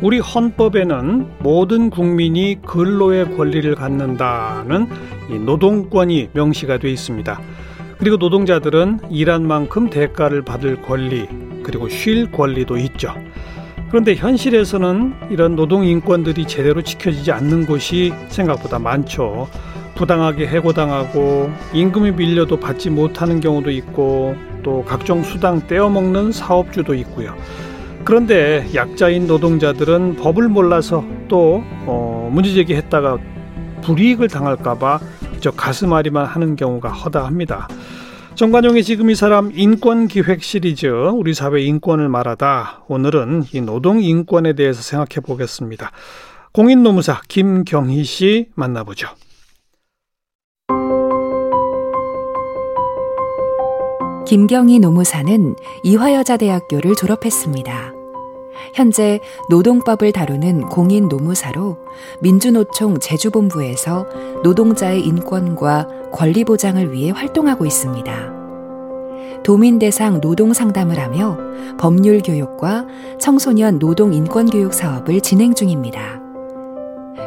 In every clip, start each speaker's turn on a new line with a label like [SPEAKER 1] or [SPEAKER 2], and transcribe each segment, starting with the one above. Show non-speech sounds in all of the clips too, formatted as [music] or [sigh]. [SPEAKER 1] 우리 헌법에는 모든 국민이 근로의 권리를 갖는다는 이 노동권이 명시가 되어 있습니다. 그리고 노동자들은 일한 만큼 대가를 받을 권리 그리고 쉴 권리도 있죠. 그런데 현실에서는 이런 노동 인권들이 제대로 지켜지지 않는 곳이 생각보다 많죠. 부당하게 해고당하고 임금이 밀려도 받지 못하는 경우도 있고 또 각종 수당 떼어먹는 사업주도 있고요. 그런데 약자인 노동자들은 법을 몰라서 또 어, 문제 제기했다가 불이익을 당할까봐 그저 가슴앓이만 하는 경우가 허다합니다. 정관용의 지금 이 사람 인권 기획 시리즈 우리 사회 인권을 말하다 오늘은 이 노동 인권에 대해서 생각해 보겠습니다. 공인 노무사 김경희 씨 만나보죠.
[SPEAKER 2] 김경희 노무사는 이화여자대학교를 졸업했습니다. 현재 노동법을 다루는 공인 노무사로 민주노총 제주본부에서 노동자의 인권과 권리 보장을 위해 활동하고 있습니다. 도민대상 노동 상담을 하며 법률 교육과 청소년 노동 인권 교육 사업을 진행 중입니다.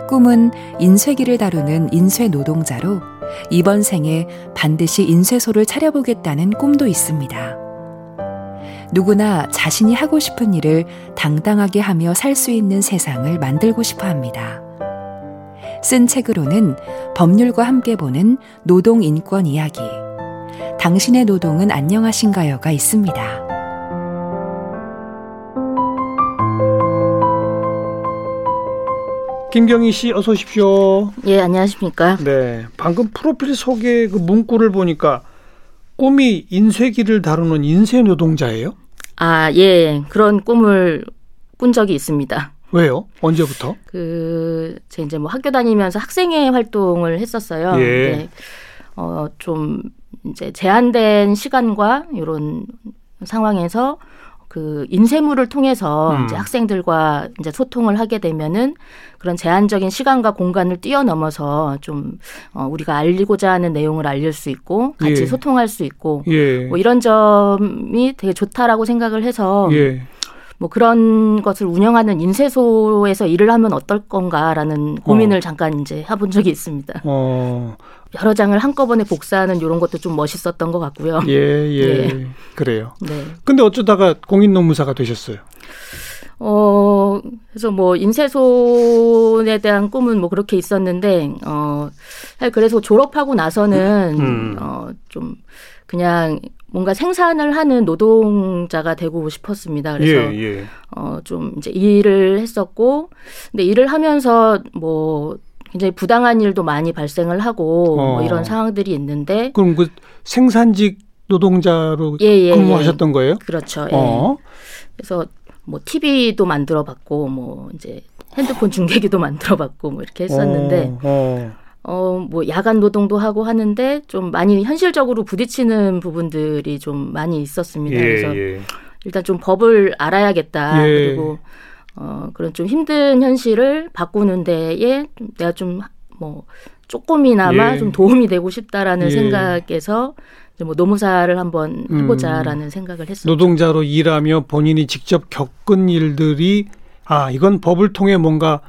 [SPEAKER 2] 꿈은 인쇄기를 다루는 인쇄 노동자로 이번 생에 반드시 인쇄소를 차려보겠다는 꿈도 있습니다. 누구나 자신이 하고 싶은 일을 당당하게 하며 살 수 있는 세상을 만들고 싶어 합니다. 쓴 책으로는 법률과 함께 보는 노동 인권 이야기, 당신의 노동은 안녕하신가요가 있습니다.
[SPEAKER 1] 김경희 씨 어서 오십시오.
[SPEAKER 3] 예, 안녕하십니까.
[SPEAKER 1] 네, 방금 프로필 소개 그 문구를 보니까 꿈이 인쇄기를 다루는 인쇄 노동자예요?
[SPEAKER 3] 아, 예, 그런 꿈을 꾼 적이 있습니다.
[SPEAKER 1] 왜요? 언제부터?
[SPEAKER 3] 그, 제 이제 뭐 학교 다니면서 학생회 활동을 했었어요.
[SPEAKER 1] 예.
[SPEAKER 3] 근데, 어, 좀 이제 제한된 시간과 이런 상황에서 그 인쇄물을 통해서
[SPEAKER 1] 음.
[SPEAKER 3] 이제 학생들과 이제 소통을 하게 되면은 그런 제한적인 시간과 공간을 뛰어넘어서 좀 어, 우리가 알리고자 하는 내용을 알릴 수 있고 같이
[SPEAKER 1] 예.
[SPEAKER 3] 소통할 수 있고
[SPEAKER 1] 예.
[SPEAKER 3] 뭐 이런 점이 되게 좋다라고 생각을 해서
[SPEAKER 1] 예.
[SPEAKER 3] 뭐 그런 것을 운영하는 인쇄소에서 일을 하면 어떨 건가라는 고민을 잠깐 이제 해본 적이 있습니다.
[SPEAKER 1] 어.
[SPEAKER 3] 여러 장을 한꺼번에 복사하는 이런 것도 좀 멋있었던 것 같고요.
[SPEAKER 1] 예, 예.
[SPEAKER 3] 예.
[SPEAKER 1] 그래요.
[SPEAKER 3] 네.
[SPEAKER 1] 근데 어쩌다가 공인 노무사가 되셨어요?
[SPEAKER 3] 어, 그래서 뭐 인쇄소에 대한 꿈은 뭐 그렇게 있었는데, 어, 사실 그래서 졸업하고 나서는,
[SPEAKER 1] 음.
[SPEAKER 3] 어, 좀 그냥 뭔가 생산을 하는 노동자가 되고 싶었습니다. 그래서
[SPEAKER 1] 예.
[SPEAKER 3] 어, 좀 이제 일을 했었고, 근데 일을 하면서 뭐 굉장히 부당한 일도 많이 발생을 하고
[SPEAKER 1] 어.
[SPEAKER 3] 뭐 이런 상황들이 있는데,
[SPEAKER 1] 그럼 그 생산직 노동자로
[SPEAKER 3] 예, 예. 예.
[SPEAKER 1] 그 근무하셨던 거예요?
[SPEAKER 3] 그렇죠. 예.
[SPEAKER 1] 어.
[SPEAKER 3] 그래서 뭐 TV도 만들어 봤고, 뭐 이제 핸드폰 중계기도 [laughs] 만들어 봤고, 뭐 이렇게 했었는데,
[SPEAKER 1] 어, 어.
[SPEAKER 3] 어, 뭐 야간 노동도 하고 하는데 좀 많이 현실적으로 부딪히는 부분들이 좀 많이 있었습니다. 그래서 일단 좀 법을 알아야겠다.
[SPEAKER 1] 예.
[SPEAKER 3] 그리고 어 그런 좀 힘든 현실을 바꾸는 데에 좀 내가 좀 뭐 조금이나마
[SPEAKER 1] 예.
[SPEAKER 3] 좀 도움이 되고 싶다라는
[SPEAKER 1] 예.
[SPEAKER 3] 생각에서 이제 뭐 노무사를 한번
[SPEAKER 1] 음.
[SPEAKER 3] 해보자라는 생각을 했었죠.
[SPEAKER 1] 노동자로 일하며 본인이 직접 겪은 일들이 아 이건 법을 통해 뭔가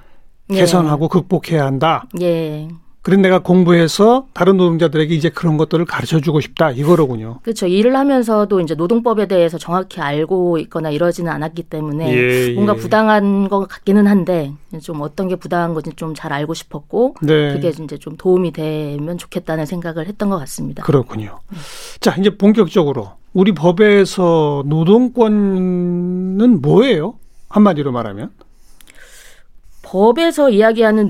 [SPEAKER 3] 예.
[SPEAKER 1] 개선하고 극복해야 한다.
[SPEAKER 3] 예.
[SPEAKER 1] 그런 내가 공부해서 다른 노동자들에게 이제 그런 것들을 가르쳐 주고 싶다 이거로군요.
[SPEAKER 3] 그렇죠. 일을 하면서도 이제 노동법에 대해서 정확히 알고 있거나 이러지는 않았기 때문에
[SPEAKER 1] 예,
[SPEAKER 3] 네. 뭔가
[SPEAKER 1] 예.
[SPEAKER 3] 부당한 것 같기는 한데 좀 어떤 게 부당한 건지 좀 잘 알고 싶었고
[SPEAKER 1] 네.
[SPEAKER 3] 그게 이제 좀 도움이 되면 좋겠다는 생각을 했던 것 같습니다.
[SPEAKER 1] 그렇군요.
[SPEAKER 3] 음.
[SPEAKER 1] 자, 이제 본격적으로 우리 법에서 노동권은 뭐예요? 한마디로 말하면.
[SPEAKER 3] 법에서 이야기하는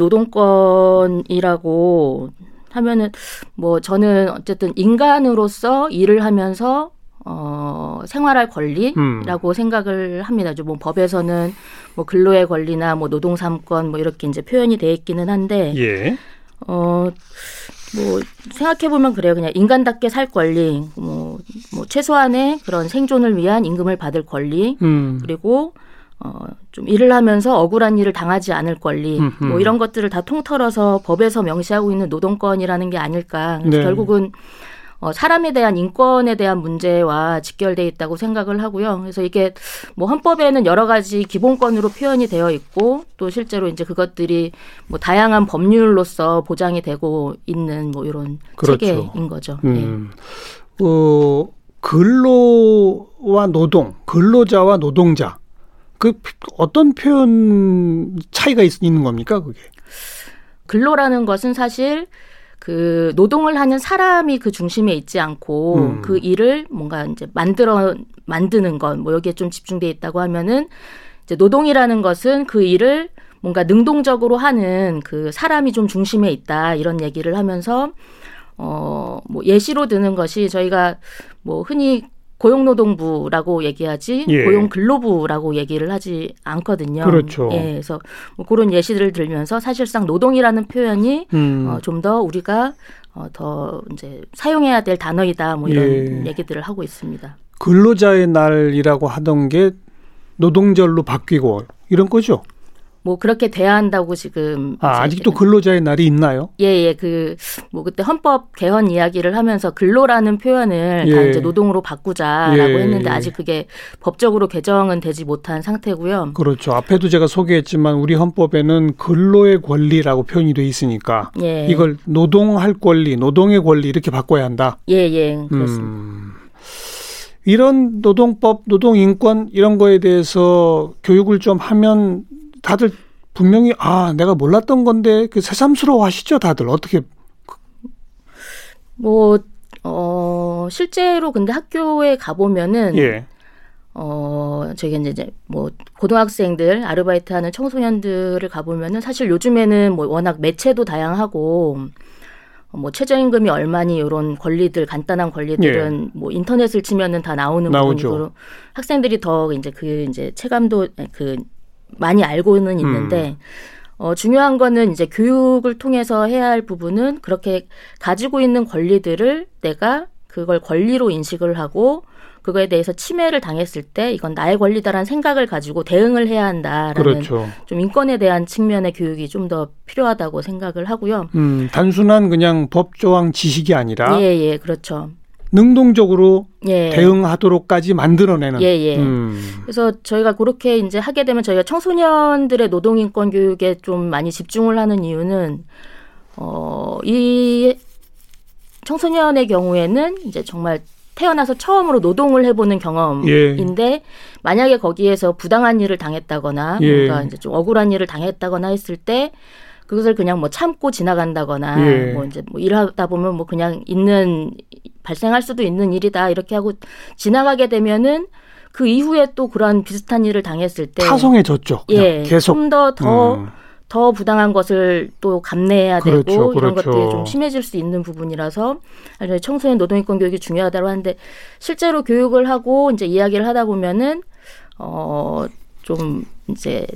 [SPEAKER 3] 노동권이라고 하면은 뭐 저는 어쨌든 인간으로서 일을 하면서 어 생활할
[SPEAKER 1] 음.
[SPEAKER 3] 권리라고 생각을 합니다. 이제 뭐 법에서는 뭐 근로의 권리나 뭐 노동 삼권 뭐 이렇게 이제 표현이 돼 있기는 한데
[SPEAKER 1] 예.
[SPEAKER 3] 어, 뭐, 생각해보면 그래요. 그냥 인간답게 살 권리, 뭐, 뭐, 최소한의 그런 생존을 위한 임금을 받을 권리,
[SPEAKER 1] 음.
[SPEAKER 3] 그리고, 어, 좀 일을 하면서 억울한 일을 당하지 않을 권리,
[SPEAKER 1] 음흠.
[SPEAKER 3] 뭐, 이런 것들을 다 통틀어서 법에서 명시하고 있는 노동권이라는 게 아닐까. 그래서
[SPEAKER 1] 네.
[SPEAKER 3] 결국은, 어, 사람에 대한 인권에 대한 문제와 직결돼 있다고 생각을 하고요. 그래서 이게 뭐 헌법에는 여러 가지 기본권으로 표현이 되어 있고 또 실제로 이제 그것들이 뭐 다양한 법률로서 보장이 되고 있는 뭐 이런
[SPEAKER 1] 그렇죠.
[SPEAKER 3] 체계인 거죠. 예.
[SPEAKER 1] 음. 어, 근로와 노동, 근로자와 노동자. 그 피- 어떤 표현 차이가 있, 는 겁니까, 그게?
[SPEAKER 3] 근로라는 것은 사실 그 노동을 하는 사람이 그 중심에 있지 않고
[SPEAKER 1] 음.
[SPEAKER 3] 그 일을 뭔가 이제 만들어 만드는 건 뭐 여기에 좀 집중돼 있다고 하면은 이제 노동이라는 것은 그 일을 뭔가 능동적으로 하는 그 사람이 좀 중심에 있다 이런 얘기를 하면서 어뭐 예시로 드는 것이 저희가 뭐 흔히 고용노동부라고 얘기하지
[SPEAKER 1] 예.
[SPEAKER 3] 고용근로부라고 얘기를 하지 않거든요.
[SPEAKER 1] 그렇죠.
[SPEAKER 3] 예, 그래서 뭐 그런 예시들을 들면서 사실상 노동이라는 표현이
[SPEAKER 1] 음.
[SPEAKER 3] 어, 좀 더 우리가 어, 더 이제 사용해야 될 단어이다 뭐
[SPEAKER 1] 예.
[SPEAKER 3] 이런 얘기들을 하고 있습니다.
[SPEAKER 1] 근로자의 날이라고 하던 게 노동절로 바뀌고 이런 거죠.
[SPEAKER 3] 뭐 그렇게 돼야 한다고 지금
[SPEAKER 1] 아,
[SPEAKER 3] 이제
[SPEAKER 1] 아직도 근로자의 날이 있나요?
[SPEAKER 3] 예예 그 뭐 그때 헌법 개헌 이야기를 하면서 근로라는 표현을 다
[SPEAKER 1] 예.
[SPEAKER 3] 이제 노동으로 바꾸자라고
[SPEAKER 1] 예,
[SPEAKER 3] 했는데
[SPEAKER 1] 예.
[SPEAKER 3] 아직 그게 법적으로 개정은 되지 못한 상태고요.
[SPEAKER 1] 그렇죠. 앞에도 제가 소개했지만 우리 헌법에는 근로의 권리라고 표현이 돼 있으니까
[SPEAKER 3] 예.
[SPEAKER 1] 이걸 노동할 권리, 노동의 권리 이렇게 바꿔야 한다.
[SPEAKER 3] 예예 그렇습니다.
[SPEAKER 1] 음. 이런 노동법, 노동인권 이런 거에 대해서 교육을 좀 하면 다들 분명히 아 내가 몰랐던 건데 그 새삼스러워 하시죠 다들 어떻게
[SPEAKER 3] 뭐 어, 실제로 근데 학교에 가보면은
[SPEAKER 1] 예
[SPEAKER 3] 어, 저기 이제, 이제 뭐 고등학생들 아르바이트 하는 청소년들을 가보면은 사실 요즘에는 뭐 워낙 매체도 다양하고 어, 뭐 최저임금이 얼마니 이런 권리들 간단한 권리들은 뭐 인터넷을 치면은 다 나오는
[SPEAKER 1] 예. 나오죠.
[SPEAKER 3] 부분이고 학생들이 더 이제 그 이제 체감도 아니, 그 많이 알고는 있는데
[SPEAKER 1] 음.
[SPEAKER 3] 어, 중요한 거는 이제 교육을 통해서 해야 할 부분은 그렇게 가지고 있는 권리들을 내가 그걸 권리로 인식을 하고 그거에 대해서 침해를 당했을 때 이건 나의 권리다라는 생각을 가지고 대응을 해야 한다라는
[SPEAKER 1] 그렇죠
[SPEAKER 3] 좀 인권에 대한 측면의 교육이 좀 더 필요하다고 생각을 하고요.
[SPEAKER 1] 음 단순한 그냥 법조항 지식이 아니라
[SPEAKER 3] 예, 예, 그렇죠.
[SPEAKER 1] 능동적으로
[SPEAKER 3] 예.
[SPEAKER 1] 대응하도록까지 만들어내는
[SPEAKER 3] 예, 예.
[SPEAKER 1] 음.
[SPEAKER 3] 그래서 저희가 그렇게 이제 하게 되면 저희가 청소년들의 노동인권 교육에 좀 많이 집중을 하는 이유는 어, 이 청소년의 경우에는 이제 정말 태어나서 처음으로 노동을 해보는 경험인데 만약에 거기에서 부당한 일을 당했다거나
[SPEAKER 1] 예.
[SPEAKER 3] 뭔가 이제 좀 억울한 일을 당했다거나 했을 때 그것을 그냥 뭐 참고 지나간다거나
[SPEAKER 1] 예.
[SPEAKER 3] 뭐 이제 뭐 일하다 보면 뭐 그냥 있는 발생할 수도 있는 일이다 이렇게 하고 지나가게 되면은 그 이후에 또 그러한 비슷한 일을 당했을 때
[SPEAKER 1] 타성해졌죠 그냥
[SPEAKER 3] 네. 예,
[SPEAKER 1] 계속
[SPEAKER 3] 좀 더 더 더
[SPEAKER 1] 음.
[SPEAKER 3] 부당한 것을 또 감내해야
[SPEAKER 1] 그렇죠,
[SPEAKER 3] 되고 이런
[SPEAKER 1] 그렇죠.
[SPEAKER 3] 것들이 좀 심해질 수 있는 부분이라서 아니, 청소년 노동인권 교육이 중요하다고 하는데 실제로 교육을 하고 이제 이야기를 하다 보면은 어, 어좀 이제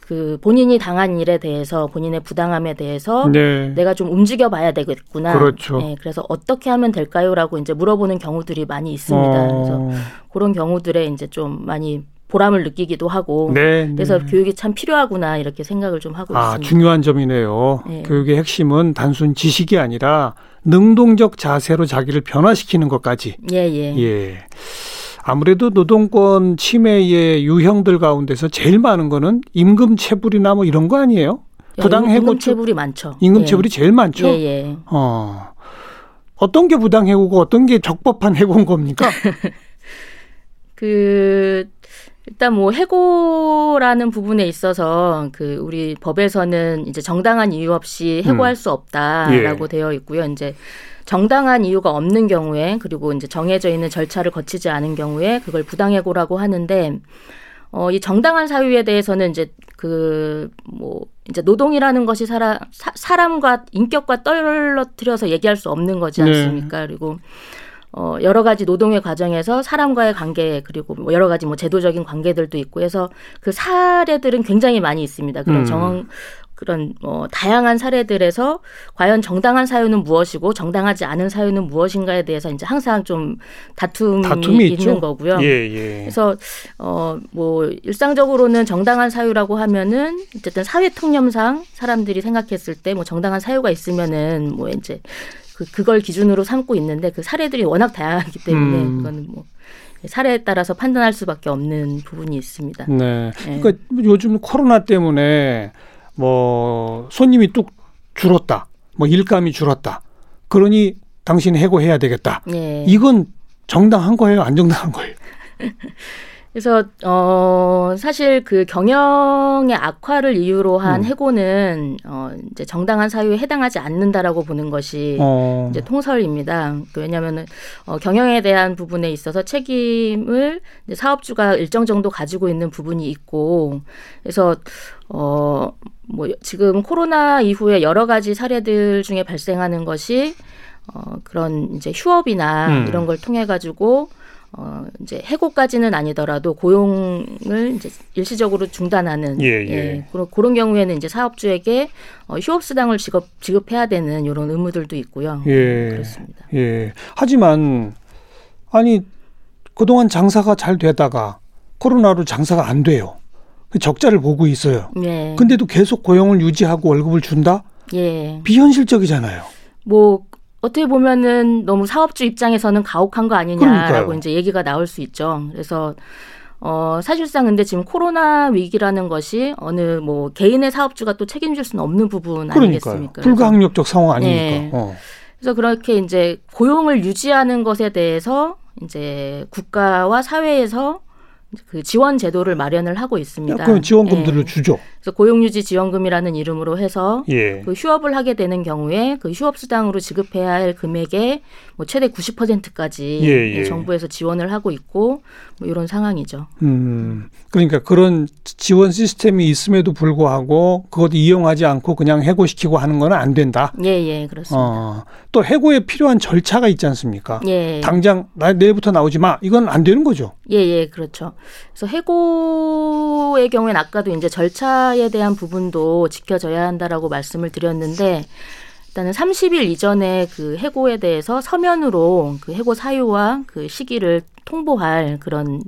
[SPEAKER 3] 그 본인이 당한 일에 대해서 본인의 부당함에 대해서
[SPEAKER 1] 네
[SPEAKER 3] 내가 좀 움직여 봐야 되겠구나.
[SPEAKER 1] 그렇죠.
[SPEAKER 3] 예, 그래서 어떻게 하면 될까요라고 이제 물어보는 경우들이 많이 있습니다. 그래서
[SPEAKER 1] 어,
[SPEAKER 3] 그런 경우들에 이제 좀 많이 보람을 느끼기도 하고
[SPEAKER 1] 네, 네.
[SPEAKER 3] 그래서 교육이 참 필요하구나 이렇게 생각을 좀 하고
[SPEAKER 1] 아,
[SPEAKER 3] 있습니다.
[SPEAKER 1] 중요한 점이네요.
[SPEAKER 3] 네.
[SPEAKER 1] 교육의 핵심은 단순 지식이 아니라 능동적 자세로 자기를 변화시키는 것까지.
[SPEAKER 3] 예예.
[SPEAKER 1] 예. 아무래도 노동권 침해의 유형들 가운데서 제일 많은 거는 임금 체불이나 뭐 이런 거 아니에요? 부당해고 쪽-
[SPEAKER 3] 임금체불이 많죠.
[SPEAKER 1] 임금 체불이 제일 많죠.
[SPEAKER 3] 예예. 예.
[SPEAKER 1] 어. 어떤 게 부당 해고고 어떤 게 적법한 해고인
[SPEAKER 3] [laughs]
[SPEAKER 1] 겁니까?
[SPEAKER 3] 그 일단 뭐 해고라는 부분에 있어서 그 우리 법에서는 이제 정당한 이유 없이 해고할 수
[SPEAKER 1] 음.
[SPEAKER 3] 없다라고
[SPEAKER 1] 예.
[SPEAKER 3] 되어 있고요. 이제 정당한 이유가 없는 경우에 그리고 이제 정해져 있는 절차를 거치지 않은 경우에 그걸 부당해고라고 하는데 어, 이 정당한 사유에 대해서는 이제 그, 뭐, 이제 노동이라는 것이 사람, 사, 사람과 인격과 떨어뜨려서 얘기할 수 없는 거지
[SPEAKER 1] 네.
[SPEAKER 3] 않습니까? 그리고, 어, 여러 가지 노동의 과정에서 사람과의 관계, 그리고 뭐 여러 가지 뭐 제도적인 관계들도 있고 해서 그 사례들은 굉장히 많이 있습니다. 그런
[SPEAKER 1] 음.
[SPEAKER 3] 정황, 그런 어, 다양한 사례들에서 과연 정당한 사유는 무엇이고 정당하지 않은 사유는 무엇인가에 대해서 이제 항상 좀 다툼이,
[SPEAKER 1] 다툼이
[SPEAKER 3] 있는
[SPEAKER 1] 있죠.
[SPEAKER 3] 거고요.
[SPEAKER 1] 예, 예.
[SPEAKER 3] 그래서 어 뭐 일상적으로는 정당한 사유라고 하면은 어쨌든 사회 통념상 사람들이 생각했을 때 뭐 정당한 사유가 있으면은 뭐 이제 그 그걸 기준으로 삼고 있는데 그 사례들이 워낙 다양하기 때문에
[SPEAKER 1] 음.
[SPEAKER 3] 그거는 뭐 사례에 따라서 판단할 수밖에 없는 부분이 있습니다.
[SPEAKER 1] 네.
[SPEAKER 3] 예.
[SPEAKER 1] 그러니까 요즘 코로나 때문에 뭐 손님이 뚝 줄었다. 뭐 일감이 줄었다. 그러니 당신 해고해야 되겠다.
[SPEAKER 3] 예.
[SPEAKER 1] 이건 정당한 거예요, 안 정당한 거예요?
[SPEAKER 3] 그래서 어 사실 그 경영의 악화를 이유로 한
[SPEAKER 1] 음.
[SPEAKER 3] 해고는 어 이제 정당한 사유에 해당하지 않는다라고 보는 것이
[SPEAKER 1] 어.
[SPEAKER 3] 예. 이제 통설입니다. 그 왜냐하면은 어, 경영에 대한 부분에 있어서 책임을 이제 사업주가 일정 정도 가지고 있는 부분이 있고, 그래서 어 뭐 지금 코로나 이후에 여러 가지 사례들 중에 발생하는 것이 어 그런 이제 휴업이나
[SPEAKER 1] 음.
[SPEAKER 3] 이런 걸 통해 가지고. 어 이제 해고까지는 아니더라도 고용을 이제 일시적으로 중단하는
[SPEAKER 1] 예, 예.
[SPEAKER 3] 그런 그런 경우에는 이제 사업주에게 어, 휴업 수당을 지급 지급해야 되는 이런 의무들도 있고요.
[SPEAKER 1] 예.
[SPEAKER 3] 그렇습니다.
[SPEAKER 1] 예. 하지만 아니 그동안 장사가 잘 되다가 코로나로 장사가 안 돼요. 그 적자를 보고 있어요.
[SPEAKER 3] 예.
[SPEAKER 1] 근데도 계속 고용을 유지하고 월급을 준다?
[SPEAKER 3] 예.
[SPEAKER 1] 비현실적이잖아요.
[SPEAKER 3] 뭐 어떻게 보면은 너무 사업주 입장에서는 가혹한 거 아니냐라고
[SPEAKER 1] 그러니까요.
[SPEAKER 3] 이제 얘기가 나올 수 있죠. 그래서 어 사실상 근데 지금 코로나 위기라는 것이 어느 뭐 개인의 사업주가 또 책임질 수는 없는 부분
[SPEAKER 1] 그러니까요.
[SPEAKER 3] 아니겠습니까? 그래서
[SPEAKER 1] 불가항력적 상황 아니니까.
[SPEAKER 3] 네.
[SPEAKER 1] 어.
[SPEAKER 3] 그래서 그렇게 이제 고용을 유지하는 것에 대해서 이제 국가와 사회에서 이제 그 지원 제도를 마련을 하고 있습니다.
[SPEAKER 1] 그럼 지원금들을
[SPEAKER 3] 예.
[SPEAKER 1] 주죠.
[SPEAKER 3] 그래서 고용유지 지원금이라는 이름으로 해서
[SPEAKER 1] 예.
[SPEAKER 3] 그 휴업을 하게 되는 경우에 그 휴업 수당으로 지급해야 할 금액의 뭐 최대 90%까지
[SPEAKER 1] 예, 예.
[SPEAKER 3] 정부에서 지원을 하고 있고 뭐 이런 상황이죠.
[SPEAKER 1] 음. 그러니까 그런 지원 시스템이 있음에도 불구하고 그것 이용하지 않고 그냥 해고시키고 하는 건 안 된다.
[SPEAKER 3] 예, 예, 그렇습니다.
[SPEAKER 1] 어. 또 해고에 필요한 절차가 있지 않습니까?
[SPEAKER 3] 예,
[SPEAKER 1] 당장 나 내일부터 나오지 마. 이건 안 되는 거죠.
[SPEAKER 3] 예, 예, 그렇죠. 그래서 해고의 경우에는 아까도 이제 절차에 대한 부분도 지켜져야 한다라고 말씀을 드렸는데 일단은 30일 이전에 그 해고에 대해서 서면으로 그 해고 사유와 그 시기를 통보할 그런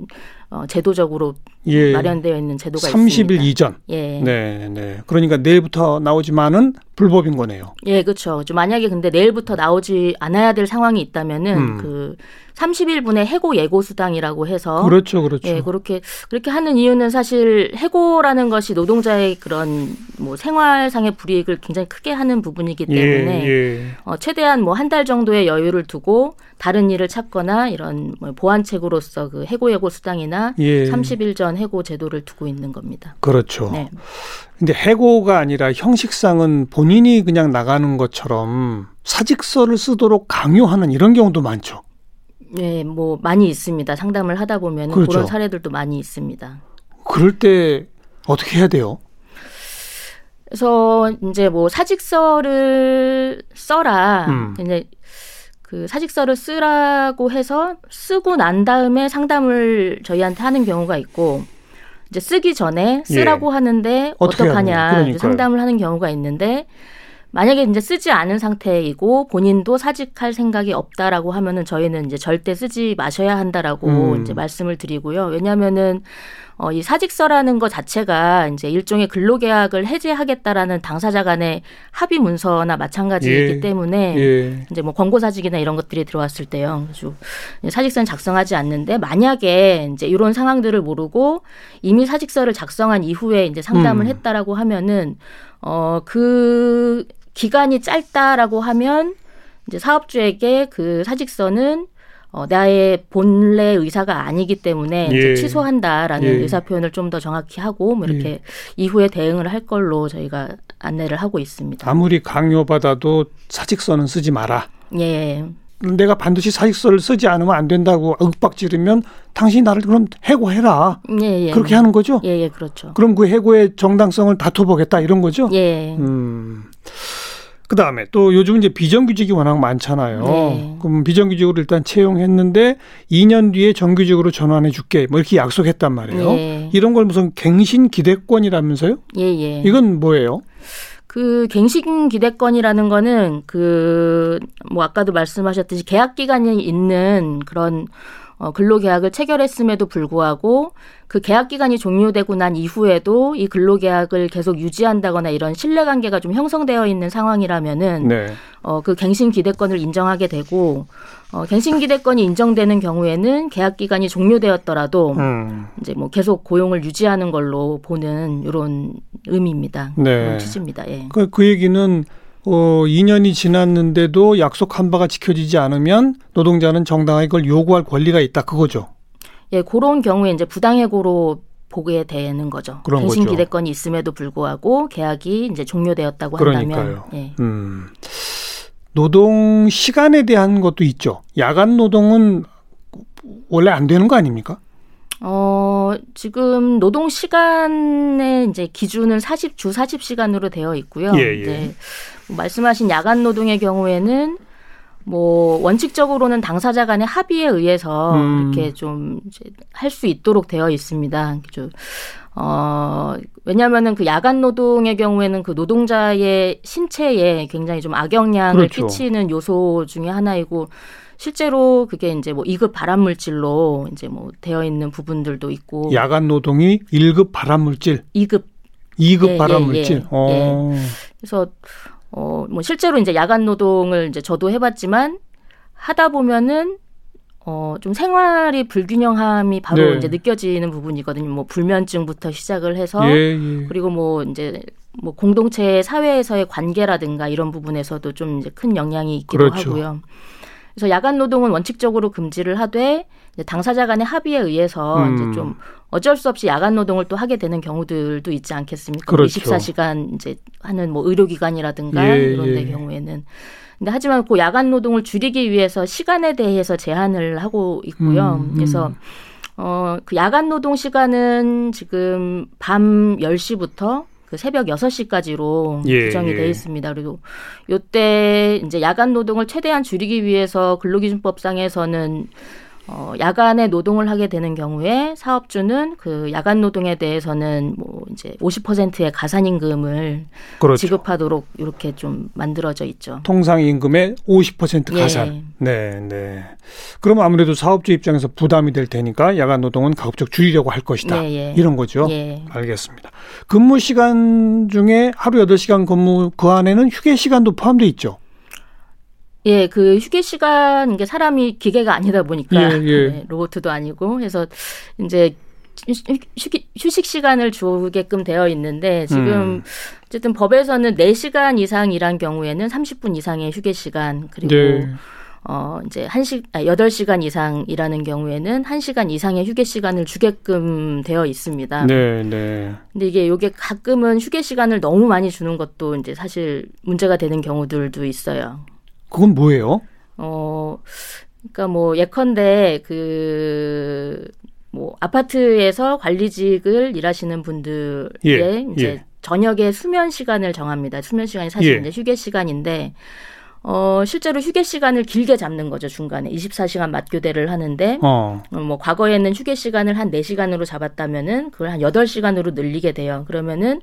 [SPEAKER 3] 어, 제도적으로
[SPEAKER 1] 예.
[SPEAKER 3] 음, 마련되어 있는 제도가
[SPEAKER 1] 30일
[SPEAKER 3] 있습니다.
[SPEAKER 1] 이전.
[SPEAKER 3] 예.
[SPEAKER 1] 네, 네. 그러니까 내일부터 나오지만은 불법인 거네요.
[SPEAKER 3] 예, 그렇죠. 좀 만약에 근데 내일부터 나오지 않아야 될 상황이 있다면은
[SPEAKER 1] 음.
[SPEAKER 3] 그 30일분의 해고 예고 수당이라고 해서
[SPEAKER 1] 그렇죠, 그렇죠.
[SPEAKER 3] 예, 그렇게 그렇게 하는 이유는 사실 해고라는 것이 노동자의 그런 뭐 생활상의 불이익을 굉장히 크게 하는 부분이기 때문에
[SPEAKER 1] 예.
[SPEAKER 3] 어, 최대한 뭐 한 달 정도의 여유를 두고 다른 일을 찾거나 이런 뭐 보완책으로서 그 해고 예고 수당이나
[SPEAKER 1] 예.
[SPEAKER 3] 30일 전 해고 제도를 두고 있는 겁니다.
[SPEAKER 1] 그렇죠.
[SPEAKER 3] 네.
[SPEAKER 1] 근데 해고가 아니라 형식상은 본인이 그냥 나가는 것처럼 사직서를 쓰도록 강요하는 이런 경우도 많죠.
[SPEAKER 3] 예, 뭐 많이 있습니다. 상담을 하다 보면 그
[SPEAKER 1] 그렇죠.
[SPEAKER 3] 그런 사례들도 많이 있습니다.
[SPEAKER 1] 그럴 때 어떻게 해야 돼요?
[SPEAKER 3] 그래서 이제 뭐 사직서를 써라.
[SPEAKER 1] 음.
[SPEAKER 3] 이제 그 사직서를 쓰라고 해서 쓰고 난 다음에 상담을 저희한테 하는 경우가 있고 이제 쓰기 전에 쓰라고 하는데
[SPEAKER 1] 예. 어떻게 하느냐.
[SPEAKER 3] 어떡하냐
[SPEAKER 1] 그러니까요.
[SPEAKER 3] 이제 상담을 하는 경우가 있는데 만약에 이제 쓰지 않은 상태이고 본인도 사직할 생각이 없다라고 하면은 저희는 이제 절대 쓰지 마셔야 한다라고
[SPEAKER 1] 음.
[SPEAKER 3] 이제 말씀을 드리고요. 왜냐면은 어, 이 사직서라는 것 자체가 이제 일종의 근로계약을 해제하겠다라는 당사자 간의 합의 문서나 마찬가지이기
[SPEAKER 1] 예.
[SPEAKER 3] 때문에
[SPEAKER 1] 예.
[SPEAKER 3] 이제 뭐 권고 사직이나 이런 것들이 들어왔을 때요. 그래서 사직서는 작성하지 않는데 만약에 이제 이런 상황들을 모르고 이미 사직서를 작성한 이후에 이제 상담을
[SPEAKER 1] 음.
[SPEAKER 3] 했다라고 하면은 어, 어그 기간이 짧다라고 하면 이제 사업주에게 그 사직서는 어, 나의 본래 의사가 아니기 때문에
[SPEAKER 1] 예.
[SPEAKER 3] 이제 취소한다라는
[SPEAKER 1] 예.
[SPEAKER 3] 의사 표현을 좀 더 정확히 하고 뭐 이렇게 이후에 대응을 할 걸로 저희가 안내를 하고 있습니다.
[SPEAKER 1] 아무리 강요받아도 사직서는 쓰지 마라.
[SPEAKER 3] 예.
[SPEAKER 1] 내가 반드시 사직서를 쓰지 않으면 안 된다고 윽박 지르면 당신이 나를 그럼 해고해라.
[SPEAKER 3] 예, 예.
[SPEAKER 1] 그렇게 하는 거죠?
[SPEAKER 3] 예, 예, 그렇죠.
[SPEAKER 1] 그럼 그 해고의 정당성을 다퉈보겠다 이런 거죠?
[SPEAKER 3] 예.
[SPEAKER 1] 음. 그 다음에 또 요즘 이제 비정규직이 워낙 많잖아요.
[SPEAKER 3] 네.
[SPEAKER 1] 그럼 비정규직으로 일단 채용했는데 2년 뒤에 정규직으로 전환해 줄게 뭐 이렇게 약속했단 말이에요.
[SPEAKER 3] 예.
[SPEAKER 1] 이런 걸 무슨 갱신 기대권이라면서요?
[SPEAKER 3] 예, 예.
[SPEAKER 1] 이건 뭐예요?
[SPEAKER 3] 그 갱신 기대권이라는 거는 그 뭐 아까도 말씀하셨듯이 계약 기간이 있는 그런 어 근로 계약을 체결했음에도 불구하고 그 계약 기간이 종료되고 난 이후에도 이 근로 계약을 계속 유지한다거나 이런 신뢰 관계가 좀 형성되어 있는 상황이라면은
[SPEAKER 1] 네.
[SPEAKER 3] 어 그 갱신 기대권을 인정하게 되고 어 갱신 기대권이 인정되는 경우에는 계약 기간이 종료되었더라도
[SPEAKER 1] 음.
[SPEAKER 3] 이제 뭐 계속 고용을 유지하는 걸로 보는 이런 의미입니다.
[SPEAKER 1] 네.
[SPEAKER 3] 그런 취지입니다. 예.
[SPEAKER 1] 그, 그 얘기는 어, 2년이 지났는데도 약속한 바가 지켜지지 않으면 노동자는 정당하게 그걸 요구할 권리가 있다 그거죠.
[SPEAKER 3] 예, 그런 경우에 이제 부당해고로 보게 되는 거죠.
[SPEAKER 1] 그런
[SPEAKER 3] 갱신
[SPEAKER 1] 거죠.
[SPEAKER 3] 기대권이 있음에도 불구하고 계약이 이제 종료되었다고 한다면
[SPEAKER 1] 그러니까요.
[SPEAKER 3] 예.
[SPEAKER 1] 음. 노동 시간에 대한 것도 있죠. 야간 노동은 원래 안 되는 거 아닙니까?
[SPEAKER 3] 어, 지금 노동 시간의 이제 기준은 40, 주 40시간으로 되어 있고요.
[SPEAKER 1] 예, 예.
[SPEAKER 3] 이제 말씀하신 야간 노동의 경우에는 뭐 원칙적으로는 당사자 간의 합의에 의해서
[SPEAKER 1] 음.
[SPEAKER 3] 이렇게 좀 할 수 있도록 되어 있습니다. 좀 어, 왜냐면은 그 야간 노동의 경우에는 그 노동자의 신체에 굉장히 좀 악영향을
[SPEAKER 1] 그렇죠.
[SPEAKER 3] 끼치는 요소 중에 하나이고 실제로 그게 이제 뭐 2급 발암 물질로 이제 뭐 되어 있는 부분들도 있고
[SPEAKER 1] 야간 노동이 1급 발암물질,
[SPEAKER 3] 2급
[SPEAKER 1] 2급
[SPEAKER 3] 예, 예,
[SPEAKER 1] 발암물질.
[SPEAKER 3] 예,
[SPEAKER 1] 어.
[SPEAKER 3] 그래서 어, 뭐 실제로 이제 야간 노동을 이제 저도 해 봤지만 하다 보면은 어, 좀 생활이 불균형함이 바로
[SPEAKER 1] 네.
[SPEAKER 3] 이제 느껴지는 부분이거든요. 뭐 불면증부터 시작을 해서
[SPEAKER 1] 예, 예.
[SPEAKER 3] 그리고 뭐 이제 뭐 공동체 사회에서의 관계라든가 이런 부분에서도 좀 이제 큰 영향이 있기도
[SPEAKER 1] 그렇죠.
[SPEAKER 3] 하고요. 그래서 야간 노동은 원칙적으로 금지를 하되 이제 당사자 간의 합의에 의해서
[SPEAKER 1] 음.
[SPEAKER 3] 이제 좀 어쩔 수 없이 야간 노동을 또 하게 되는 경우들도 있지 않겠습니까?
[SPEAKER 1] 그렇죠.
[SPEAKER 3] 24시간 이제 하는 뭐 의료기관이라든가
[SPEAKER 1] 예,
[SPEAKER 3] 이런 데
[SPEAKER 1] 예.
[SPEAKER 3] 경우에는 근데 하지만 그 야간 노동을 줄이기 위해서 시간에 대해서 제한을 하고 있고요.
[SPEAKER 1] 음, 음.
[SPEAKER 3] 그래서 어, 그 야간 노동 시간은 지금 밤 10시부터 그 새벽 6시까지로
[SPEAKER 1] 예,
[SPEAKER 3] 규정이
[SPEAKER 1] 예.
[SPEAKER 3] 돼 있습니다. 그리고 요때 이제 야간 노동을 최대한 줄이기 위해서 근로기준법상에서는 어, 야간에 노동을 하게 되는 경우에 사업주는 그 야간 노동에 대해서는 뭐 이제 50%의 가산임금을
[SPEAKER 1] 그렇죠.
[SPEAKER 3] 지급하도록 이렇게 좀 만들어져 있죠.
[SPEAKER 1] 통상 임금의 50%
[SPEAKER 3] 예.
[SPEAKER 1] 가산. 네, 네. 그럼 아무래도 사업주 입장에서 부담이 될 테니까 야간 노동은 가급적 줄이려고 할 것이다.
[SPEAKER 3] 예, 예.
[SPEAKER 1] 이런 거죠.
[SPEAKER 3] 예.
[SPEAKER 1] 알겠습니다. 근무 시간 중에 하루 8시간 근무 그 안에는 휴게 시간도 포함돼 있죠.
[SPEAKER 3] 예, 그 휴게 시간 이게 사람이 기계가 아니다 보니까 네,
[SPEAKER 1] 예, 예.
[SPEAKER 3] 로봇도 아니고 해서 이제 휴- 휴- 휴식 시간을 주게끔 되어 있는데 지금
[SPEAKER 1] 음.
[SPEAKER 3] 어쨌든 법에서는 4시간 이상 일한 경우에는 30분 이상의 휴게 시간 그리고
[SPEAKER 1] 네.
[SPEAKER 3] 어 이제 한시 아, 8시간 이상 일하는 경우에는 1시간 이상의 휴게 시간을 주게끔 되어 있습니다.
[SPEAKER 1] 네, 네.
[SPEAKER 3] 근데 이게 요게 가끔은 휴게 시간을 너무 많이 주는 것도 이제 사실 문제가 되는 경우들도 있어요.
[SPEAKER 1] 그건 뭐예요?
[SPEAKER 3] 어, 그러니까 뭐 예컨대 그, 뭐 아파트에서 관리직을 일하시는 분들의
[SPEAKER 1] 예,
[SPEAKER 3] 이제
[SPEAKER 1] 예.
[SPEAKER 3] 저녁에 수면 시간을 정합니다. 수면 시간이 사실
[SPEAKER 1] 예.
[SPEAKER 3] 이제 휴게 시간인데, 어, 실제로 휴게 시간을 길게 잡는 거죠, 중간에. 24시간 맞교대를 하는데,
[SPEAKER 1] 어.
[SPEAKER 3] 어, 뭐 과거에는 휴게 시간을 한 4시간으로 잡았다면은 그걸 한 8시간으로 늘리게 돼요. 그러면은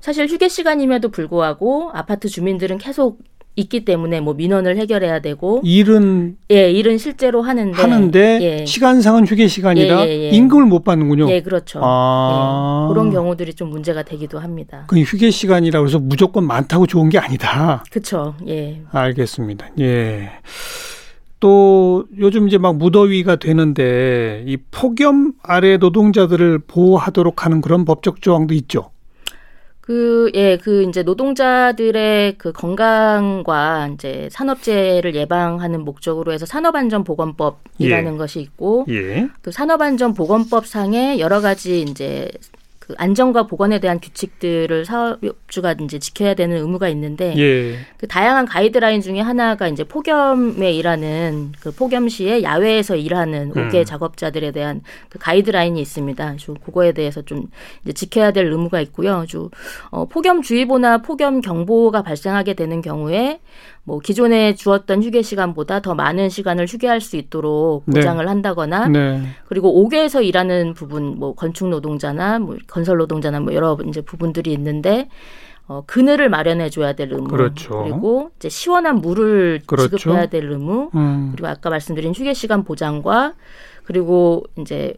[SPEAKER 3] 사실 휴게 시간임에도 불구하고 아파트 주민들은 계속 있기 때문에 뭐 민원을 해결해야 되고
[SPEAKER 1] 일은
[SPEAKER 3] 예, 일은 실제로 하는데
[SPEAKER 1] 하는데
[SPEAKER 3] 예.
[SPEAKER 1] 시간상은 휴게 시간이라
[SPEAKER 3] 예, 예, 예.
[SPEAKER 1] 임금을 못 받는군요.
[SPEAKER 3] 예, 그렇죠.
[SPEAKER 1] 아.
[SPEAKER 3] 예, 그런 경우들이 좀 문제가 되기도 합니다.
[SPEAKER 1] 그 휴게 시간이라 그래서 무조건 많다고 좋은 게 아니다.
[SPEAKER 3] 그렇죠. 예.
[SPEAKER 1] 알겠습니다. 예. 또 요즘 이제 막 무더위가 되는데 이 폭염 아래 노동자들을 보호하도록 하는 그런 법적 조항도 있죠.
[SPEAKER 3] 그, 예, 그, 이제 노동자들의 그 건강과 이제 산업재해를 예방하는 목적으로 해서 예. 산업안전보건법이라는 것이 있고
[SPEAKER 1] 예.
[SPEAKER 3] 그 산업안전보건법상의 여러 가지 이제 그 안전과 보건에 대한 규칙들을 사업주가 이제 지켜야 되는 의무가 있는데
[SPEAKER 1] 예.
[SPEAKER 3] 그 다양한 가이드라인 중에 하나가 이제 폭염에 일하는 그 폭염 시에 야외에서 일하는
[SPEAKER 1] 음.
[SPEAKER 3] 옥외 작업자들에 대한 그 가이드라인이 있습니다. 그래서 그거에 대해서 좀 이제 지켜야 될 의무가 있고요. 좀 어, 폭염주의보나 폭염경보가 발생하게 되는 경우에 뭐 기존에 주었던 휴게 시간보다 더 많은 시간을 휴게할 수 있도록
[SPEAKER 1] 네.
[SPEAKER 3] 보장을 한다거나
[SPEAKER 1] 네.
[SPEAKER 3] 그리고 옥외에서 일하는 부분, 뭐 건축 노동자나 뭐 건설 노동자나 뭐 여러 이제 부분들이 있는데 어, 그늘을 마련해 줘야 될 의무,
[SPEAKER 1] 그렇죠.
[SPEAKER 3] 리고 이제 시원한 물을
[SPEAKER 1] 그렇죠.
[SPEAKER 3] 지급해야 될 의무,
[SPEAKER 1] 음.
[SPEAKER 3] 그리고 아까 말씀드린 휴게 시간 보장과 그리고 이제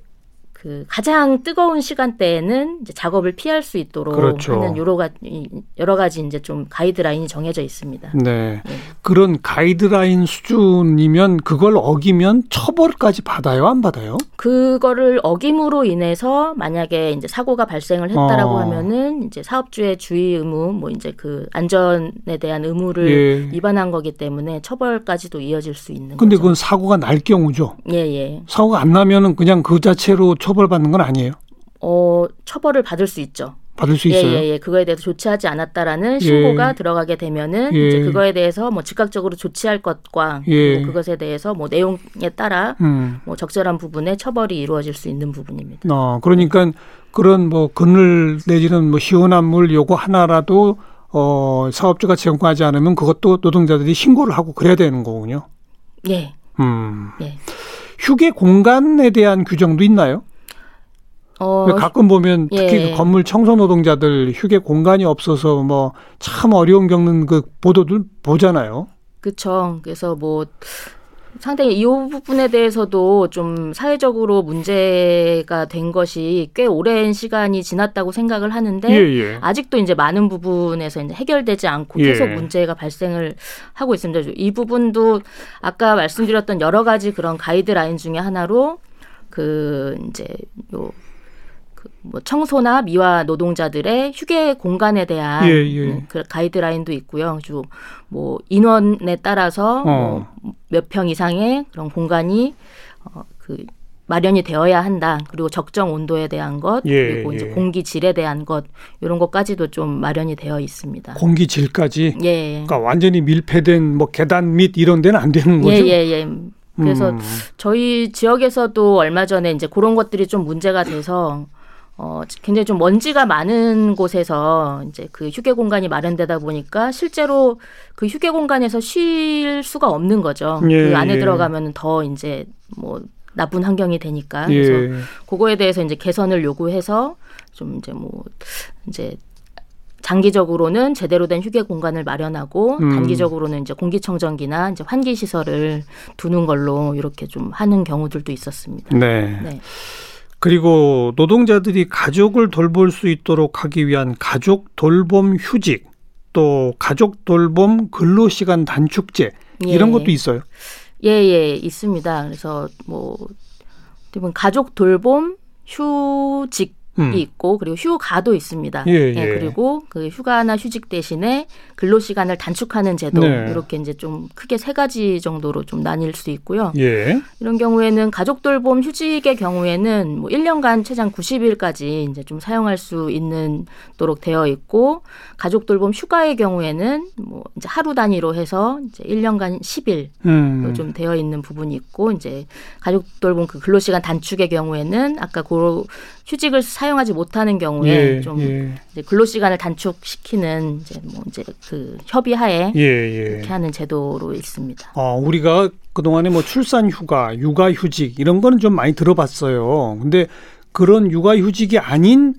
[SPEAKER 3] 그 가장 뜨거운 시간대에는 이제 작업을 피할 수 있도록
[SPEAKER 1] 그렇죠.
[SPEAKER 3] 하는 여러 가지 여러 가지 이제 좀 가이드라인이 정해져 있습니다.
[SPEAKER 1] 네. 그런 가이드라인 수준이면 그걸 어기면 처벌까지 받아요, 안 받아요?
[SPEAKER 3] 그거를 어김으로 인해서 만약에 이제 사고가 발생을 했다라고
[SPEAKER 1] 어.
[SPEAKER 3] 하면은 이제 사업주의 주의 의무 뭐 이제 그 안전에 대한 의무를
[SPEAKER 1] 예.
[SPEAKER 3] 위반한 거기 때문에 처벌까지도 이어질 수 있는
[SPEAKER 1] 근데
[SPEAKER 3] 거죠.
[SPEAKER 1] 그건 사고가 날 경우죠.
[SPEAKER 3] 예, 예.
[SPEAKER 1] 사고가 안 나면은 그냥 그 자체로 처벌받는 건 아니에요.
[SPEAKER 3] 어, 처벌을 받을 수 있죠.
[SPEAKER 1] 받을 수
[SPEAKER 3] 예,
[SPEAKER 1] 있어요.
[SPEAKER 3] 예, 예. 그거에 대해서 조치하지 않았다라는
[SPEAKER 1] 예.
[SPEAKER 3] 신고가 들어가게 되면은
[SPEAKER 1] 예.
[SPEAKER 3] 이제 그거에 대해서 뭐 즉각적으로 조치할 것과
[SPEAKER 1] 예.
[SPEAKER 3] 뭐 그것에 대해서 뭐 내용에 따라
[SPEAKER 1] 음.
[SPEAKER 3] 뭐 적절한 부분에 처벌이 이루어질 수 있는 부분입니다.
[SPEAKER 1] 어, 그러니까 그런 뭐 그늘 내지는 뭐 시원한 물 요거 하나라도 어, 사업주가 제공하지 않으면 그것도 노동자들이 신고를 하고 그래야 되는 거군요.
[SPEAKER 3] 예.
[SPEAKER 1] 음.
[SPEAKER 3] 예.
[SPEAKER 1] 휴게 공간에 대한 규정도 있나요?
[SPEAKER 3] 어,
[SPEAKER 1] 왜 가끔 보면 특히
[SPEAKER 3] 예.
[SPEAKER 1] 그 건물 청소 노동자들 휴게 공간이 없어서 뭐 참 어려움 겪는 그 보도들 보잖아요.
[SPEAKER 3] 그쵸. 그래서 뭐 상당히 이 부분에 대해서도 좀 사회적으로 문제가 된 것이 꽤 오랜 시간이 지났다고 생각을 하는데
[SPEAKER 1] 예.
[SPEAKER 3] 아직도 이제 많은 부분에서 이제 해결되지 않고
[SPEAKER 1] 예.
[SPEAKER 3] 계속 문제가 발생을 하고 있습니다. 이 부분도 아까 말씀드렸던 여러 가지 그런 가이드라인 중에 하나로 그 이제 요. 그 뭐 청소나 미화 노동자들의 휴게 공간에 대한
[SPEAKER 1] 예, 예.
[SPEAKER 3] 음, 그 가이드라인도 있고요. 좀 뭐 인원에 따라서 뭐
[SPEAKER 1] 어.
[SPEAKER 3] 몇 평 이상의 그런 공간이 어, 그 마련이 되어야 한다. 그리고 적정 온도에 대한 것,
[SPEAKER 1] 예,
[SPEAKER 3] 그리고 이제
[SPEAKER 1] 예.
[SPEAKER 3] 공기 질에 대한 것 이런 것까지도 좀 마련이 되어 있습니다.
[SPEAKER 1] 공기질까지
[SPEAKER 3] 예.
[SPEAKER 1] 그러니까 완전히 밀폐된 뭐 계단 밑 이런 데는 안 되는
[SPEAKER 3] 예,
[SPEAKER 1] 거죠.
[SPEAKER 3] 예, 예. 그래서
[SPEAKER 1] 음.
[SPEAKER 3] 저희 지역에서도 얼마 전에 이제 그런 것들이 좀 문제가 돼서 어, 굉장히 좀 먼지가 많은 곳에서 이제 그 휴게 공간이 마련되다 보니까 실제로 그 휴게 공간에서 쉴 수가 없는 거죠.
[SPEAKER 1] 예,
[SPEAKER 3] 그 안에
[SPEAKER 1] 예.
[SPEAKER 3] 들어가면 더 이제 뭐 나쁜 환경이 되니까. 아, 그래서
[SPEAKER 1] 예.
[SPEAKER 3] 그거에 대해서 이제 개선을 요구해서 좀 이제 뭐 이제 장기적으로는 제대로 된 휴게 공간을 마련하고
[SPEAKER 1] 음.
[SPEAKER 3] 단기적으로는 이제 공기청정기나 이제 환기 시설을 두는 걸로 이렇게 좀 하는 경우들도 있었습니다.
[SPEAKER 1] 네.
[SPEAKER 3] 네.
[SPEAKER 1] 그리고 노동자들이 가족을 돌볼 수 있도록 하기 위한 가족 돌봄 휴직 또 가족 돌봄 근로 시간 단축제
[SPEAKER 3] 예.
[SPEAKER 1] 네. 이런 것도 있어요.
[SPEAKER 3] 예, 예, 있습니다. 그래서 뭐 어떻게 보면 가족 돌봄 휴직
[SPEAKER 1] 음.
[SPEAKER 3] 이 있고 그리고 휴가도 있습니다.
[SPEAKER 1] 예, 예.
[SPEAKER 3] 그리고 그 휴가나 휴직 대신에 근로 시간을 단축하는 제도
[SPEAKER 1] 네.
[SPEAKER 3] 이렇게 이제 좀 크게 세 가지 정도로 좀 나뉠 수 있고요.
[SPEAKER 1] 예.
[SPEAKER 3] 이런 경우에는 가족 돌봄 휴직의 경우에는 뭐 1년간 최장 90일까지 이제 좀 사용할 수 있는 도록 되어 있고 가족 돌봄 휴가의 경우에는 뭐 이제 하루 단위로 해서 이제 1년간 10일
[SPEAKER 1] 음.
[SPEAKER 3] 로좀뭐 되어 있는 부분이 있고 이제 가족 돌봄 그 근로 시간 단축의 경우에는 아까 그 휴직을 사용하지 못하는 경우에
[SPEAKER 1] 예.
[SPEAKER 3] 좀
[SPEAKER 1] 예.
[SPEAKER 3] 이제 근로 시간을 단축시키는 이제 뭐 이제 그 협의하에
[SPEAKER 1] 예, 예.
[SPEAKER 3] 이렇게 하는 제도로 있습니다.
[SPEAKER 1] 어, 우리가 그동안에 뭐 출산 휴가, 육아 휴직 이런 거는 좀 많이 들어봤어요. 근데 그런 육아 휴직이 아닌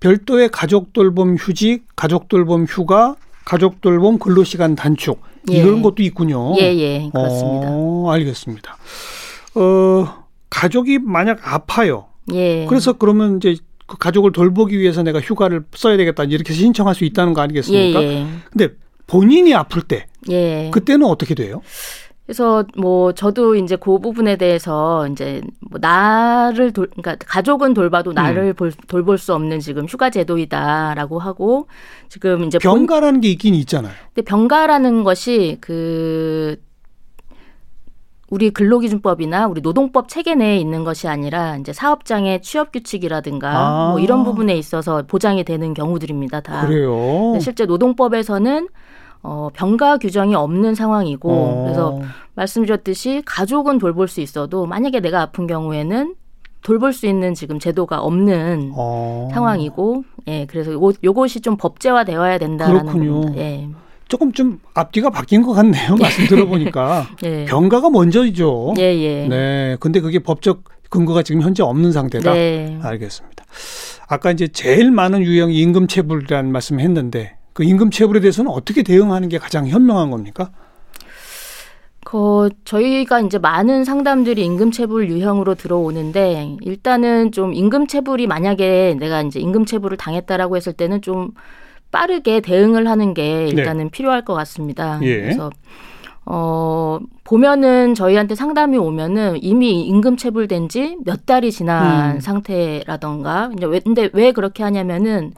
[SPEAKER 1] 별도의 가족 돌봄 휴직, 가족 돌봄 휴가, 가족 돌봄 근로 시간 단축
[SPEAKER 3] 예.
[SPEAKER 1] 이런 것도 있군요.
[SPEAKER 3] 예, 예, 그렇습니다.
[SPEAKER 1] 어, 알겠습니다. 어, 가족이 만약 아파요.
[SPEAKER 3] 예.
[SPEAKER 1] 그래서 그러면 이제 그 가족을 돌보기 위해서 내가 휴가를 써야 되겠다 이렇게 신청할 수 있다는 거 아니겠습니까?
[SPEAKER 3] 예,
[SPEAKER 1] 근데 본인이 아플 때
[SPEAKER 3] 예. 예.
[SPEAKER 1] 그때는 어떻게 돼요?
[SPEAKER 3] 그래서 뭐 저도 이제 그 부분에 대해서 이제 뭐 나를 돌 그러니까 가족은
[SPEAKER 1] 음.
[SPEAKER 3] 돌봐도 나를 볼- 돌볼 수 없는 지금 휴가 제도이다라고 하고 지금 이제 네, 본-
[SPEAKER 1] 병가라는 게 있긴 있잖아요.
[SPEAKER 3] 근데 병가라는 것이 그 우리 근로기준법이나 우리 노동법 체계 내에 있는 것이 아니라 이제 사업장의 취업 규칙이라든가
[SPEAKER 1] 아.
[SPEAKER 3] 뭐 이런 부분에 있어서 보장이 되는 경우들입니다. 다.
[SPEAKER 1] 그래요.
[SPEAKER 3] 근데 실제 노동법에서는 어, 병가 규정이 없는 상황이고
[SPEAKER 1] 어.
[SPEAKER 3] 그래서 말씀드렸듯이 가족은 돌볼 수 있어도 만약에 내가 아픈 경우에는 돌볼 수 있는 지금 제도가 없는
[SPEAKER 1] 어.
[SPEAKER 3] 상황이고 예 그래서 요, 요것이 좀 법제화 되어야 된다라는
[SPEAKER 1] 그렇군요.
[SPEAKER 3] 겁니다. 예.
[SPEAKER 1] 조금 좀 앞뒤가 바뀐 것 같네요. 말씀 들어보니까
[SPEAKER 3] [laughs] 예.
[SPEAKER 1] 병가가 먼저이죠.
[SPEAKER 3] 예, 예.
[SPEAKER 1] 네. 근데 그게 법적 근거가 지금 현재 없는 상태다.
[SPEAKER 3] 네.
[SPEAKER 1] 알겠습니다. 아까 이제 제일 많은 유형이 임금 체불이라는 말씀했는데 그 임금 체불에 대해서는 어떻게 대응하는 게 가장 현명한 겁니까?
[SPEAKER 3] 그 저희가 이제 많은 상담들이 임금체불 유형으로 들어오는데 일단은 좀 임금체불이 만약에 내가 이제 임금체불을 당했다라고 했을 때는 좀 빠르게 대응을 하는 게 일단은 필요할 것 같습니다.
[SPEAKER 1] 네. 예.
[SPEAKER 3] 그래서 어 보면은 저희한테 상담이 오면은 이미 임금체불된 지 몇 달이 지난
[SPEAKER 1] 음.
[SPEAKER 3] 상태라던가 이제 왜, 근데 왜 그렇게 하냐면은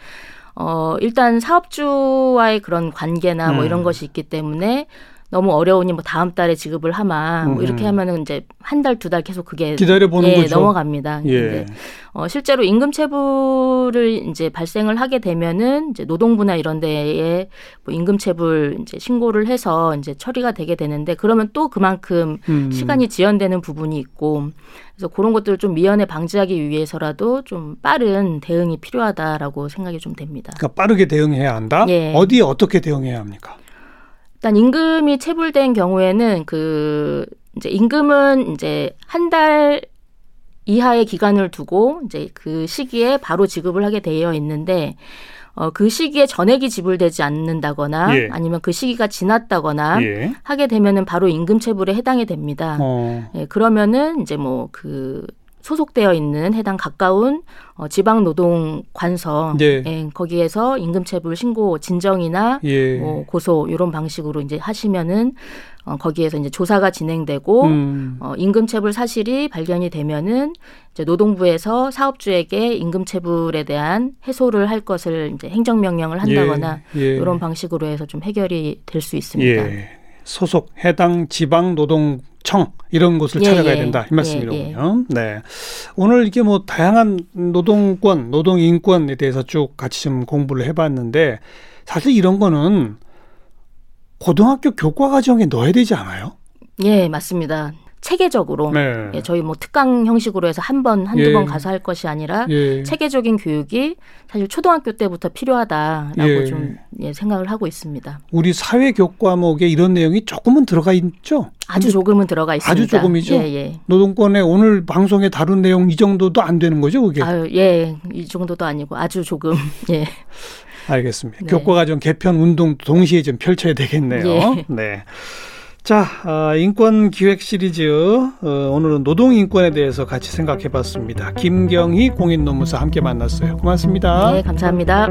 [SPEAKER 3] 어 일단 사업주와의 그런 관계나 뭐
[SPEAKER 1] 음.
[SPEAKER 3] 이런 것이 있기 때문에 너무 어려우니 뭐 다음 달에 지급을 하마 뭐 이렇게
[SPEAKER 1] 음.
[SPEAKER 3] 하면은 이제 한 달 두 달 계속 그게
[SPEAKER 1] 기다려 보는
[SPEAKER 3] 예,
[SPEAKER 1] 거죠.
[SPEAKER 3] 넘어갑니다.
[SPEAKER 1] 예.
[SPEAKER 3] 근데 어, 실제로 임금체불을 이제 발생을 하게 되면은 이제 노동부나 이런 데에 뭐 임금체불 이제 신고를 해서 이제 처리가 되게 되는데 그러면 또 그만큼
[SPEAKER 1] 음.
[SPEAKER 3] 시간이 지연되는 부분이 있고 그래서 그런 것들을 좀 미연에 방지하기 위해서라도 좀 빠른 대응이 필요하다라고 생각이 좀 됩니다.
[SPEAKER 1] 그러니까 빠르게 대응해야 한다.
[SPEAKER 3] 예.
[SPEAKER 1] 어디에 어떻게 대응해야 합니까?
[SPEAKER 3] 일단 임금이 체불된 경우에는 그 이제 임금은 이제 한 달 이하의 기간을 두고 이제 그 시기에 바로 지급을 하게 되어 있는데 어, 그 시기에 전액이 지불되지 않는다거나
[SPEAKER 1] 예.
[SPEAKER 3] 아니면 그 시기가 지났다거나
[SPEAKER 1] 예.
[SPEAKER 3] 하게 되면은 바로 임금 체불에 해당이 됩니다.
[SPEAKER 1] 어.
[SPEAKER 3] 예, 그러면은 이제 뭐 그 소속되어 있는 해당 가까운 어, 지방 노동 관서
[SPEAKER 1] 예.
[SPEAKER 3] 예, 거기에서 임금 체불 신고 진정이나
[SPEAKER 1] 예.
[SPEAKER 3] 뭐 고소 이런 방식으로 이제 하시면은 어, 거기에서 이제 조사가 진행되고
[SPEAKER 1] 음.
[SPEAKER 3] 어, 임금체불 사실이 발견이 되면은 이제 노동부에서 사업주에게 임금체불에 대한 해소를 할 것을 이제 행정명령을 한다거나
[SPEAKER 1] 예. 예.
[SPEAKER 3] 이런 방식으로 해서 좀 해결이 될 수 있습니다.
[SPEAKER 1] 예. 소속 해당 지방 노동청 이런 곳을
[SPEAKER 3] 예,
[SPEAKER 1] 찾아가야
[SPEAKER 3] 예.
[SPEAKER 1] 된다 이
[SPEAKER 3] 예,
[SPEAKER 1] 말씀이군요. 네. 오늘 이게 뭐 다양한 노동권, 노동 인권에 대해서 쭉 같이 좀 공부를 해봤는데 사실 이런 거는 고등학교 교과 과정에 넣어야 되지 않아요?
[SPEAKER 3] 예, 맞습니다. 체계적으로
[SPEAKER 1] 네.
[SPEAKER 3] 예, 저희 뭐 특강 형식으로 해서 한 번 한두
[SPEAKER 1] 예.
[SPEAKER 3] 번 가서 할 것이 아니라
[SPEAKER 1] 예.
[SPEAKER 3] 체계적인 교육이 사실 초등학교 때부터 필요하다라고
[SPEAKER 1] 예.
[SPEAKER 3] 좀 예, 생각을 하고 있습니다.
[SPEAKER 1] 우리 사회 교과목에 이런 내용이 조금은 들어가 있죠.
[SPEAKER 3] 아주 조금은 들어가 있습니다.
[SPEAKER 1] 아주 조금이죠?
[SPEAKER 3] 예, 예.
[SPEAKER 1] 노동권에 오늘 방송에 다룬 내용 이 정도도 안 되는 거죠, 그게?
[SPEAKER 3] 아유, 예. 이 정도도 아니고 아주 조금. [laughs] 예.
[SPEAKER 1] 알겠습니다.
[SPEAKER 3] 네.
[SPEAKER 1] 교과과정 개편 운동 동시에 좀 펼쳐야 되겠네요.
[SPEAKER 3] 예.
[SPEAKER 1] [laughs] 네. 자, 아, 인권 기획 시리즈 어, 오늘은 노동 인권에 대해서 같이 생각해봤습니다. 김경희 공인노무사 함께 만났어요. 고맙습니다.
[SPEAKER 3] 예, 감사합니다.